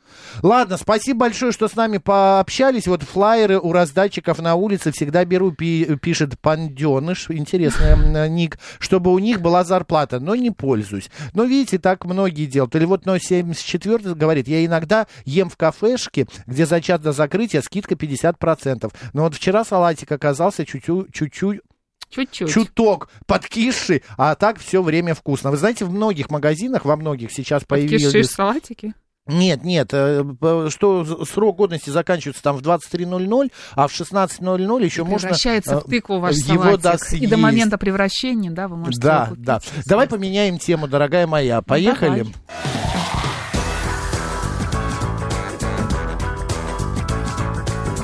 Ладно, спасибо большое, что с нами пообщались. Вот флайеры у раздатчиков на улице всегда беру, пи- пишет Панденыш. Интересный м, э, ник. Чтобы у них была зарплата, но не пользуюсь. Но видите, так многие делают. Или вот 074 говорит, я иногда ем в кафешке, где за час до закрытия скидка 50%. Но вот вчера салатик оказался чуть-чуть... чуть-чуть Чуть-чуть. чуток подкисший, а так все время вкусно. Вы знаете, в многих магазинах, во многих сейчас Кишишь появились... салатики? Нет, нет, э, п- что з- срок годности заканчивается там в 23.00, а в 16.00 еще можно... Превращается э, в тыкву ваш его салатик. да, И до съесть. момента превращения, да, вы можете Да, его купить. да. Давай поменяем тему, дорогая моя. Поехали. Ну, давай.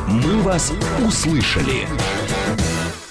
«Мы вас услышали».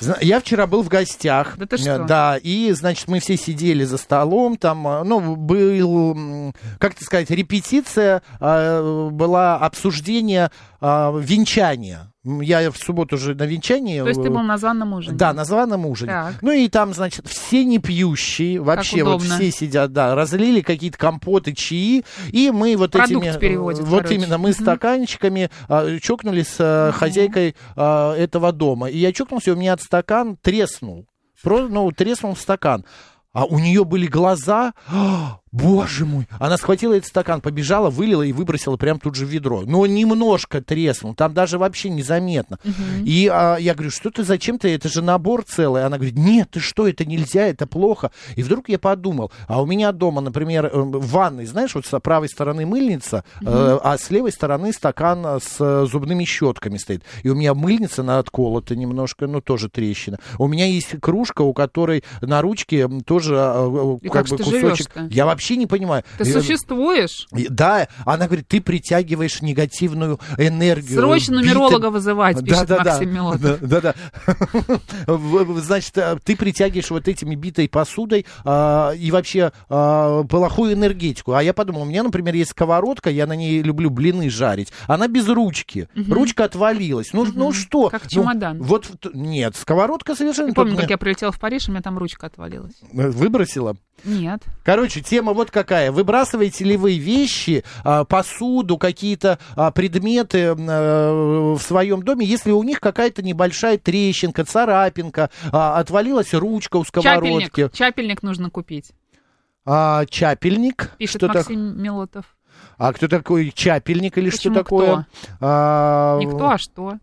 Зна- Я вчера был в гостях. Да ты что? Э, Да, и, значит, мы все сидели за столом, там, э, ну, был, м, как это сказать, репетиция, э, была обсуждение э, венчания. М, Я в субботу же на венчании. То есть ты э, был на званом ужине? Да, на званом ужине. Так. Ну и там, значит, все не пьющие, вообще вот удобно. все сидят, да, разлили какие-то компоты, чаи, и мы вот Продукт этими... э, переводит, Вот короче. именно, мы стаканчиками э, чокнули с э, хозяйкой э, этого дома. И я чокнулся, и у меня от стакан треснул. Про, ну, треснул стакан. А у нее были глаза, «А, боже мой, она схватила этот стакан, побежала, вылила и выбросила прям тут же в ведро. Но немножко треснул, там даже вообще незаметно. И а, я говорю, что ты, зачем ты, это же набор целый. Она говорит, нет, ты что, это нельзя, это плохо. И вдруг я подумал, а у меня дома, например, э, в ванной, знаешь, вот с правой стороны мыльница, э, а с левой стороны стакан э, с э, зубными щетками стоит. И у меня мыльница, она отколота немножко, ну, тоже трещина. У меня есть кружка, у которой на ручке м, тоже э, И э, как как же бы ты кусочек. живешь-то? Я вообще не понимаю. Ты Э, существуешь? и- Да, она говорит, ты притягиваешь негативную энергию. Срочно битым». нумеролога вызывать, А, пишет Максим Милотов. Да, да, да. В- в- Значит, э, ты притягиваешь вот этими битой посудой а, и вообще а, плохую энергетику. А я подумал, у меня, например, есть сковородка, я на ней люблю блины жарить. Она без ручки. Ручка отвалилась. Ну, ну что? Как Ну, чемодан. вот, в т- нет, сковородка совершенно... Я помню, тут как я прилетела в Париж, и у меня там ручка отвалилась. мне Выбросила? Нет. Короче, тема вот какая. Выбрасываете ли вы вещи, а, посуду, какие-то а, предметы м, э, в своем доме, если у них какая-то небольшая трещинка, царапинка, а, отвалилась ручка у сковородки? Чапельник. Чапельник нужно купить, А, чапельник. пишет Что так- Максим Милотов. А кто такой чапельник или Почему что такое? А, Никто, а что?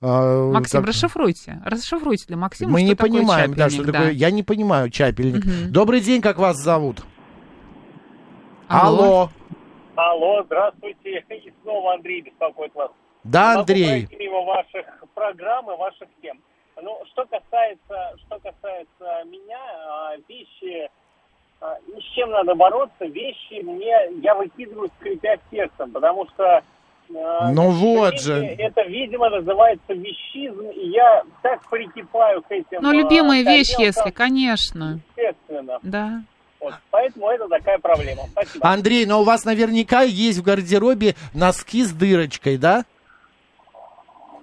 а, Максим, так, расшифруйте. Расшифруйте для Максима, Мы что не такое понимаем, да, что чапельник, такое. Я не понимаю чапельник. Мгм. Добрый день, как вас зовут? Алло. Алло. Алло, здравствуйте. И снова Андрей беспокоит вас. Да, Могу Андрей. пройти мимо ваших программ и ваших тем. Ну, что касается, что касается меня, а, вещи, а, ни с чем надо бороться, вещи мне, я выкидываю, скрипя сердцем, потому что... а, Ну вот вещи- же. Это, видимо, называется вещизм, и я так прикипаю к этим... Ну, а, любимая вещь, тарелкам, если, конечно. Естественно. Да. Вот, поэтому это такая проблема. Спасибо. Андрей, но у вас наверняка есть в гардеробе носки с дырочкой, да?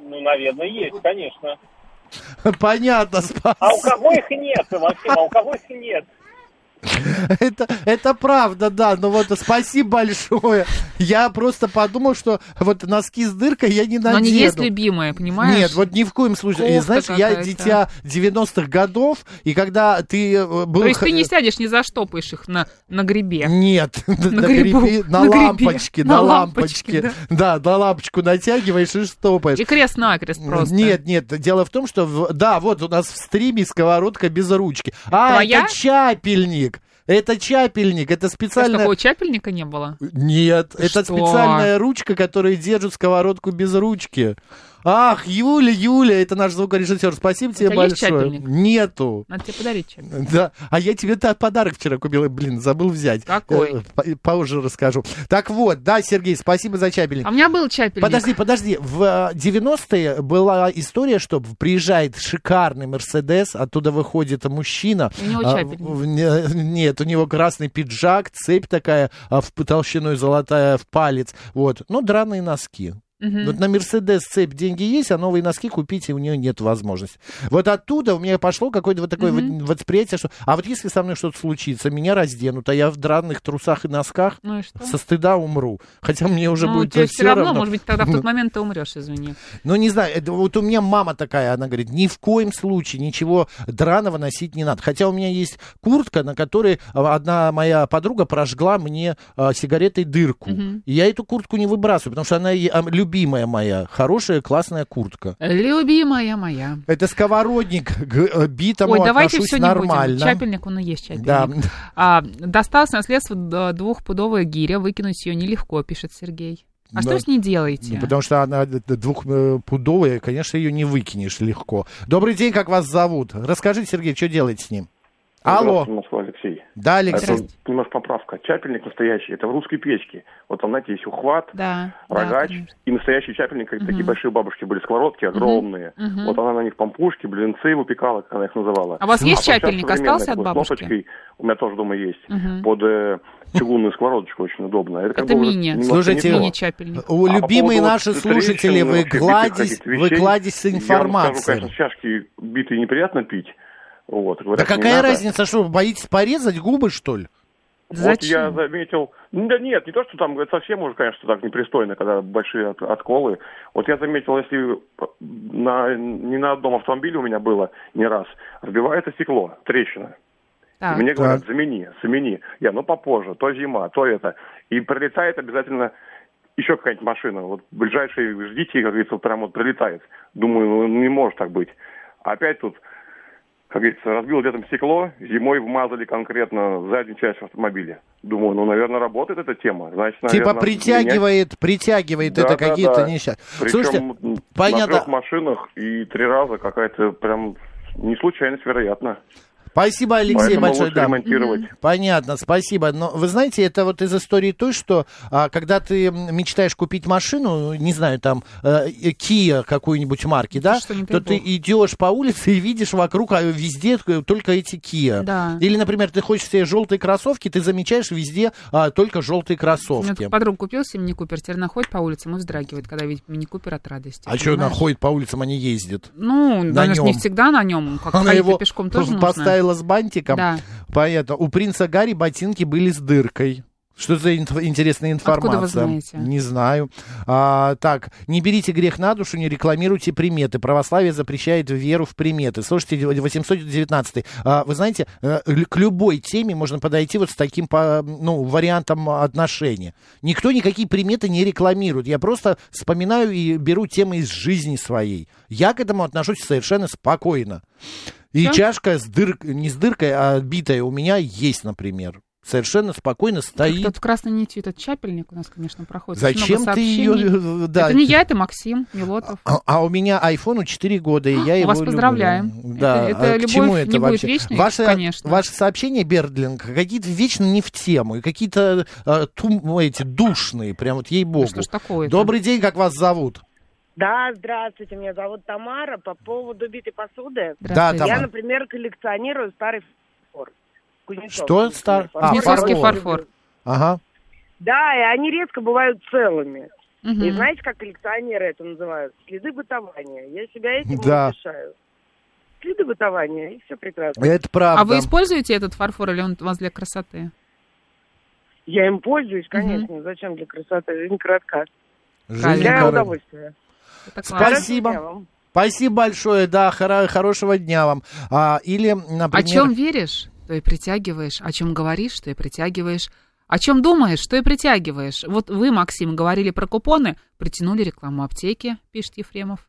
Ну, наверное, есть, конечно. Понятно, Спас. А у кого их нет, Максим, а у кого их нет? Это, это правда, да. Ну вот спасибо большое. Я просто подумал, что вот носки с дыркой я не Но надену. они есть любимые, понимаешь? Нет, вот ни в коем случае. И Кофта знаешь, я какая-то. дитя 90-х годов, и когда ты э, был... То есть ты не х- сядешь, не заштопаешь их на, на грибе. Нет, на, На на грибу, грибе- на на грибе, лампочке, на на лампочке, лампочке. Да, на лампочку натягиваешь и штопаешь. И крест-накрест просто. Нет, нет, дело в том, что... в- Да, вот у нас в стриме сковородка без ручки. А, Твоя? это чапельник. Это чапельник, это Что ж, специальная... такого чапельника не было? Нет, это что? специальная ручка, которая держит сковородку без ручки. Ах, Юля, Юля, это наш звукорежиссер. Спасибо тебе тебя есть большое. чапельник? Нету. Надо тебе подарить чапельник. Да, а я тебе та- подарок вчера купил, блин, забыл взять. Какой? Э, по- Позже расскажу. Так вот, да, Сергей, спасибо за чапельник. А у меня был чапельник. Подожди, подожди. В э, 90-е была история, что приезжает шикарный Мерседес, оттуда выходит мужчина. У него А, чапельник. в- не- Нет, у него красный пиджак, цепь такая а, в п- толщиной золотая в палец. Вот. Ну, драные носки. Мгм. Вот на Мерседес цепь деньги есть, а новые носки купить и у нее нет возможности. Вот оттуда у меня пошло какое-то вот такое вот восприятие, что а вот если со мной что-то случится, меня разденут, а я в драных трусах и носках Ну и что? со стыда умру. Хотя мне уже ну, будет Ну. тебе всё все равно, может быть, тогда в тот момент ты умрешь, извини. ну, не знаю, это вот у меня мама такая, она говорит, ни в коем случае ничего драного носить не надо. Хотя у меня есть куртка, на которой а, одна моя подруга прожгла мне а, сигаретой дырку. Мгм. И я эту куртку не выбрасываю, потому что она е- а, любимая любимая моя, хорошая классная куртка. Любимая моя. Это сковородник, г- э, битому Ой, давайте отношусь все нормально. не будем. Чапельник, он и есть чапельник. Да. А, досталось наследство д- двухпудовая э, гиря, выкинуть ее нелегко, пишет Сергей. А что Да. с ней делаете? Ну, потому что она д- д- двухпудовая, конечно, ее не выкинешь легко. Добрый день, как вас зовут? Расскажите, Сергей, что делаете с ним? Алло. Здравствуйте, Москва, Алексей. Да, Алексей. Это немножко поправка. Чапельник настоящий, это в русской печке. Вот там, знаете, есть ухват, Да. рогач и настоящий чапельник. как Такие большие бабушки были, сковородки огромные. Мгм. Вот она на них пампушки, блинцы выпекала, как она их называла. А у вас есть сейчас чапельник? современный, Остался от такой, с бабушки? кнопочкой. у меня тоже дома есть. Мгм. Под э, чугунную сковородочку очень удобно. как Это бы уже мини. немножко не Слушайте, то. у- Ну, А по любимые поводу наши вот слушатели, трещин, вы вообще битых кладезь, каких-то вы вещей, кладезь с Я вам скажу, конечно, информацией. с чашки битые неприятно пить. Вот, Да говорят, не какая надо. разница, что вы боитесь порезать губы, что ли? Вот я заметил... Ну, Да нет, не то, что там говорят, совсем уже, конечно, так непристойно, когда большие от- отколы. Вот я заметил, если на, не на одном автомобиле у меня было не раз, разбивается стекло, трещина. А. И мне говорят, замени, замени. Я, ну попозже, то зима, то это. И прилетает обязательно еще какая-нибудь машина. Вот ближайшие ждите, как говорится, прям вот прилетает. Думаю, ну не может так быть. Опять тут, как говорится, разбил летом стекло, зимой вмазали конкретно заднюю часть автомобиля. Думаю, ну, наверное, работает эта тема. Значит, Типа наверное, притягивает, притягивает это да, какие-то да. несчастья. Причем Слушайте, м, на понятно. трех машинах и три раза какая-то прям не случайность, вероятно. Спасибо, Алексей, Поэтому большое. лучше ремонтировать. Мгм. Понятно, спасибо. Но вы знаете, это вот из истории той, что а, когда ты м, мечтаешь купить машину, не знаю, там, э, э, Kia какую-нибудь марки, да, то ты идешь по улице и видишь вокруг а, везде только эти Kia. Да. Или, например, ты хочешь себе желтые кроссовки, ты замечаешь везде а, только Ну, желтые У меня кроссовки. тут подруга купила себе мини-купер, теперь она ходит по улицам и вздрагивает, когда видит мини-купер от радости. А что она понимаешь? ходит по улицам, а не ездит? Ну, На конечно, не нём. всегда на нем. Как Она ходить-то его А пешком тоже нужно. поставила с бантиком. Да. Понятно. У принца Гарри ботинки были с дыркой. Что за инф- интересная информация? Откуда вы знаете? Не знаю. А, так, не берите грех на душу, не рекламируйте приметы. Православие запрещает веру в приметы. Слушайте, 819 а, Вы знаете, э, лю- к любой теме можно подойти вот с таким по, ну, вариантом отношения. Никто никакие приметы не рекламирует. Я просто вспоминаю и беру темы из жизни своей. Я к этому отношусь совершенно спокойно. И Всё? чашка с дыркой, не с дыркой, а битая у меня есть, например. Совершенно спокойно стоит. Тут красной нитью этот чапельник у нас, конечно, проходит. Зачем Много ты сообщений. её, э, да. Это не я, это Максим Милотов. А, а у меня айфону 4 года, и я А, его вас люблю. поздравляем. Да. Это- это а к любовь чему не это будет вообще? вечной, Ваше, конечно. Ваши сообщения, Бердлинг, какие-то вечно не в тему, и какие-то э, тум- эти душные, Ну прям вот ей-богу. что ж такое-то? Добрый день, как вас зовут? Да, здравствуйте, меня зовут Тамара. По поводу битой посуды. Да, Здравствуйте. Я, Тамара. например, коллекционирую старый фарфор. Кузнецов. Что стар? а, Кузнецовский Ага. Да, и они редко бывают целыми. Мгм. И знаете, как коллекционеры это называют? Следы бытования. Я себя этим Да. утешаю. Следы бытования, и все прекрасно. Это правда. А вы используете этот фарфор или он у вас для красоты? Я им пользуюсь, конечно. Зачем для красоты? Жизнь коротка. Жизнь для коротка. удовольствия. Хорошего дня Спасибо. вам. Спасибо большое, да, хоро- хорошего дня вам. А, или, например... О чем веришь, то и притягиваешь. О чем говоришь, то и притягиваешь. О чем думаешь, то и притягиваешь. Вот вы, Максим, говорили про купоны, притянули рекламу аптеки, пишет Ефремов.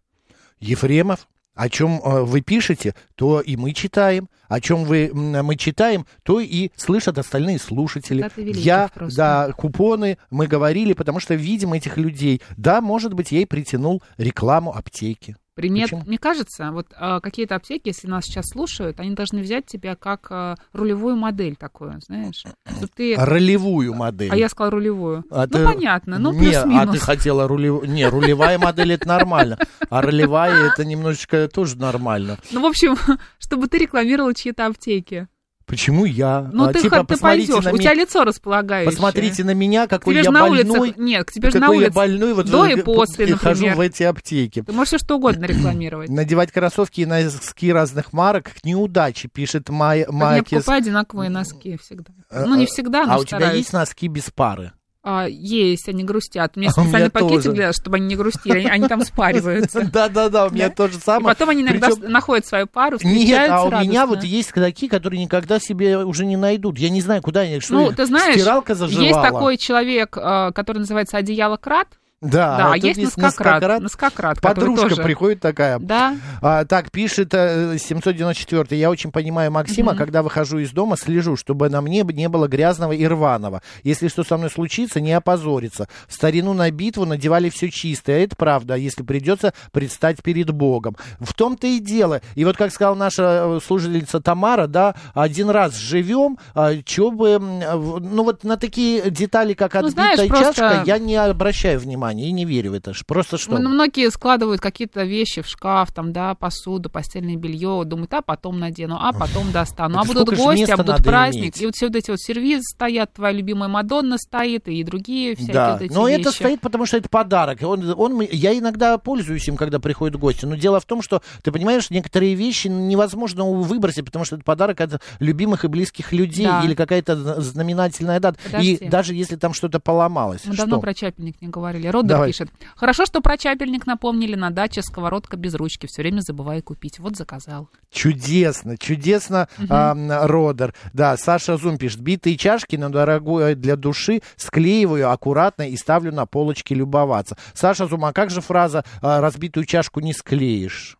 Ефремов, о чем вы пишете, то и мы читаем. О чем вы м, мы читаем, то и слышат остальные слушатели. Цитаты великих Я, просто. да, купоны мы говорили, потому что видим этих людей. Да, может быть, ей притянул рекламу аптеки. Примет, Почему? мне кажется, вот а, какие-то аптеки, если нас сейчас слушают, они должны взять тебя как а, рулевую модель такую, знаешь. Чтоб ты- Ролевую модель. А я сказала рулевую. А ну, ты- понятно, ну, Не, плюс-минус. А ты хотела рулевую... Не, рулевая модель это нормально. А ролевая это немножечко тоже нормально. Ну, в общем, чтобы ты рекламировала чьи-то аптеки. Почему я? Ну, А, ты, типа, ха- ты посмотрите пойдешь, на у меня. тебя лицо располагающее. Посмотрите на меня, какой Тебе я же на больной. улицах- нет, тебе же на какой я улицах больной, вот до же и после, и хожу например. в эти аптеки. Ты можешь все что угодно рекламировать. Надевать кроссовки и носки разных марок к неудаче, пишет Май, Я Макис. покупаю одинаковые носки всегда. Ну, не всегда, но А у тебя стараюсь. есть носки без пары? А, есть, они грустят. У меня А у меня специальный пакетик, тоже. для, чтобы они не грустили, они, они там спариваются. Да-да-да, у меня то же И самое. потом они иногда Причем- с- находят свою пару, А Нет, встречаются а у меня радостно. вот есть такие, которые никогда себе уже не найдут. Я не знаю, куда они, что Ну, их- ты знаешь, стиралка заживала. есть такой человек, э, который называется «Одеяло крат», Да, Да, а а тут есть носкократ, носкократ, который Подружка тоже- приходит такая. Да. А, так, пишет э, 794. Я очень понимаю Максима, Мгм. когда выхожу из дома, слежу, чтобы на мне не было грязного и рваного. Если что со мной случится, не опозориться. В старину на битву надевали все чистое. А Это правда, если придется предстать перед Богом. В том-то и дело. И вот, как сказала наша э, служительница Тамара, да, один раз живем, а, чё бы... м, э, в- Ну, вот на такие детали, как Ну, отбитая знаешь, просто- Ну, чашка, я не обращаю внимания и не верю в это. Ш- Просто что? М- Многие складывают какие-то вещи в шкаф, там, да, посуду, постельное белье, думают, а потом надену, а потом достану. А Это будут сколько же гости, места а будут надо праздник. иметь? И вот все вот эти вот сервизы стоят, твоя любимая Мадонна стоит, и другие всякие да, вот эти но вещи. это стоит, потому что это подарок. И Он, он, мне- я иногда пользуюсь им, когда приходят гости. Но дело в том, что, ты понимаешь, некоторые вещи невозможно у- выбросить, потому что это подарок от любимых и близких людей Да. или какая-то зна- знаменательная дата. Подожди. И даже если там что-то поломалось. Мы давно что? про чапельник не говорили. Родер Давай. пишет. Хорошо, что про чапельник напомнили на даче, сковородка без ручки. Все время забываю купить. Вот заказал. Чудесно, чудесно, а, Родер. Да, Саша Зум пишет. Битые чашки, но дорогое для души, склеиваю аккуратно и ставлю на полочке любоваться. Саша Зум, а как же фраза а, «разбитую чашку не склеишь»?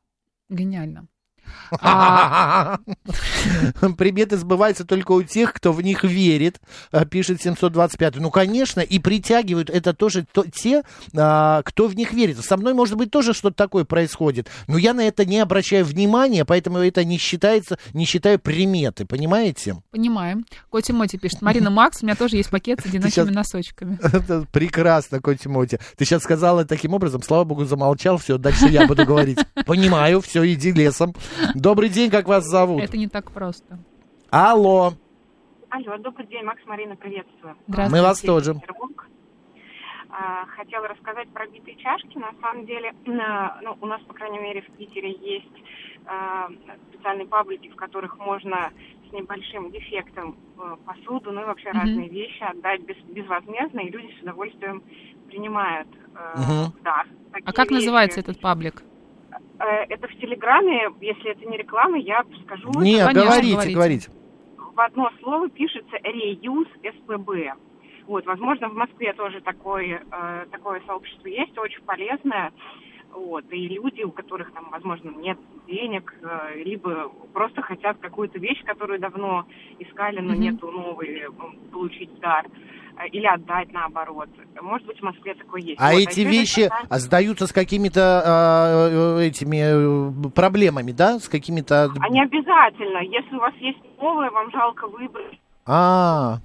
Гениально. А, А, Приметы сбываются только у тех, кто в них верит, а, пишет 725. Ну, конечно, и притягивают это тоже то- те, а, кто в них верит. Со мной, может быть, тоже что-то такое происходит, но я на это не обращаю внимания, поэтому это не считается, не считаю приметы, понимаете? Понимаем. Коти Моти пишет. Марина Макс, у меня тоже есть пакет с одиночными носочками. Это прекрасно, Коти Моти. Ты сейчас сказала таким образом, слава богу, замолчал, все, дальше я буду говорить. Понимаю, все, иди лесом. Добрый день, как вас зовут? Это не так просто. Алло. Алло, добрый день, Макс, Марина, приветствую. Здравствуйте. Мы вас тоже. Петербург. А, Хотела рассказать про битые чашки. На самом деле, на- ну, у нас, по крайней мере, в Питере есть а, специальные паблики, в которых можно с небольшим дефектом э, посуду, ну и вообще Мгм. разные вещи отдать без- безвозмездно, и люди с удовольствием принимают э, Мгм. в дар. Такие А как вещи. называется этот паблик? Э, Это в Телеграме, если это не реклама, я скажу. Не, Конечно, говорите, говорите. в одно слово пишется реюз СПБ. Вот, возможно, в Москве тоже такое, э, такое сообщество есть, очень полезное. Вот, и люди, у которых там, возможно, нет денег, э, либо просто хотят какую-то вещь, которую давно искали, но Мгм. нету новой, м, получить в дар э, или отдать наоборот. Может быть, в Москве такое есть. А Вот, эти ещё вещи есть а, сдаются с какими-то э, этими э, проблемами, да? С какими-то... такая- А не обязательно. Если у вас есть новое, вам жалко выбрать А.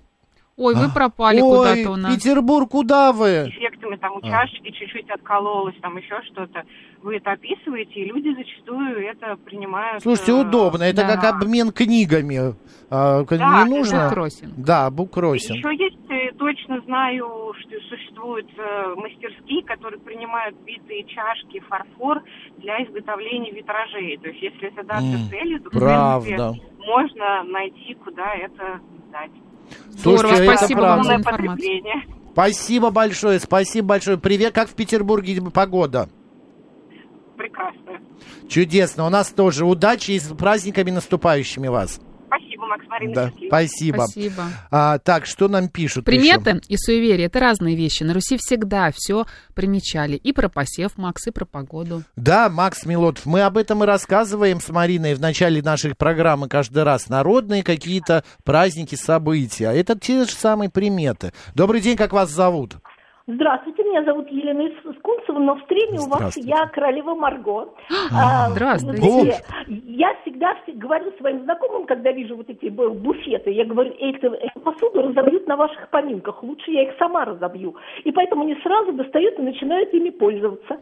Ой, вы А. пропали Ой, куда-то у нас. Петербург, куда вы? эффектами, там у А. чашечки чуть-чуть откололось, там еще что-то. Вы это описываете, и люди зачастую это принимают. А. Слушайте, э, удобно. Это да. как обмен книгами. А, к- Да, не нужно? буккросинг. Да, буккросинг. Еще есть, э, точно знаю, что существуют э, мастерские, которые принимают битые чашки, фарфор для изготовления витражей. То есть, если задаться М, целью, то в правда. принципе, можно найти, куда это сдать. Здорово, Слушайте, это спасибо вам правда. за Потребление. Спасибо большое, спасибо большое. Привет, как в Петербурге погода? Прекрасно. Чудесно. У нас тоже удачи и с праздниками наступающими вас. Спасибо, Макс Марина. Да, счастливо. спасибо. Спасибо. А, так, что нам пишут? Приметы и суеверия – это разные вещи. На Руси всегда все примечали. И про посев, Макс, и про погоду. Да, Макс Милотов, мы об этом и рассказываем с Мариной в начале нашей программы каждый раз. Народные какие-то праздники, события. А Это те же самые приметы. Добрый день, как вас зовут? Здравствуйте, меня зовут Елена Ис- Скунцева, но в стриме у вас Здравствуйте. я королева Марго. А, А, здравствуйте. знаете, Я всегда вс- говорю своим знакомым, когда вижу вот эти бу- буфеты, я говорю, эту, эту Э, посуду разобьют на ваших поминках, лучше я их сама разобью. И поэтому они сразу достают и начинают ими пользоваться.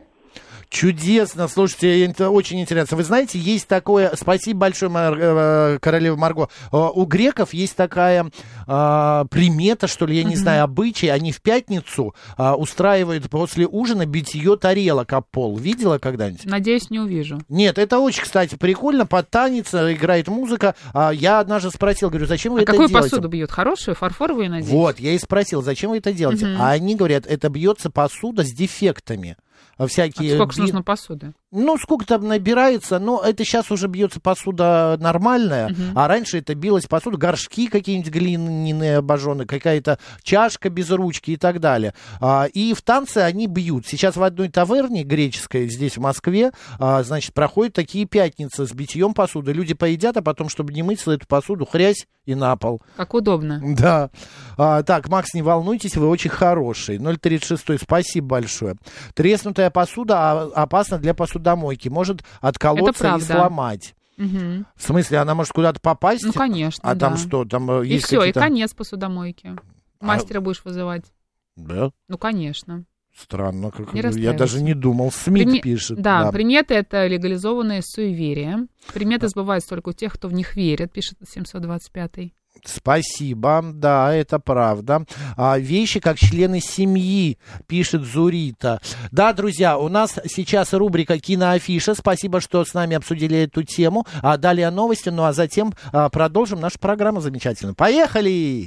Чудесно, слушайте, это очень интересно. Вы знаете, есть такое, спасибо большое, Мар- э, королева Марго, Э, у греков есть такая а, примета, что ли, я не знаю, обычай, они в пятницу а, устраивают после ужина битье тарелок об пол. Видела когда-нибудь? Надеюсь, не увижу. Нет, это очень, кстати, прикольно, под танец э, играет музыка. А Я однажды спросил, говорю, зачем вы а это какую делаете? посуду бьют? Хорошую, фарфоровую, надеюсь? Вот, я и спросил, зачем вы это делаете? Мгм. А они говорят, это бьется посуда с дефектами. А Всякие Сколько же би- нужно посуды? Ну, сколько там набирается, но это сейчас уже бьется посуда нормальная, а раньше это билась посуда, горшки какие-нибудь глиняные обожженные, какая-то чашка без ручки и так далее. А, и в танце они бьют. Сейчас в одной таверне греческой здесь в Москве, а, значит, проходят такие пятницы с битьем посуды. Люди поедят, а потом, чтобы не мыться эту посуду, хрясь и на пол. Как удобно. Да. А, так, Макс, не волнуйтесь, вы очень хороший. 036, спасибо большое. Треснутая посуда а- опасна для посудомойки. Может отколоться и правда. сломать. Мгм. В смысле, она может куда-то попасть? Ну, конечно, Ну, А там да. что, там э, И есть все, и какие-то... А конец посудомойки. Мастера будешь вызывать. Да, Ну, конечно. странно. Как... Не Я даже расстраивайся. не думал. Смит Прими- пишет. Да, приметы — это легализованные суеверия. Приметы сбываются только у тех, кто в них верит, пишет 725-й. Спасибо, да, это правда. А, вещи как члены семьи, пишет Зурита. Да, друзья, у нас сейчас рубрика «Киноафиша». Спасибо, что с нами обсудили эту тему. А далее новости, ну а затем а, продолжим нашу программу замечательную. Поехали!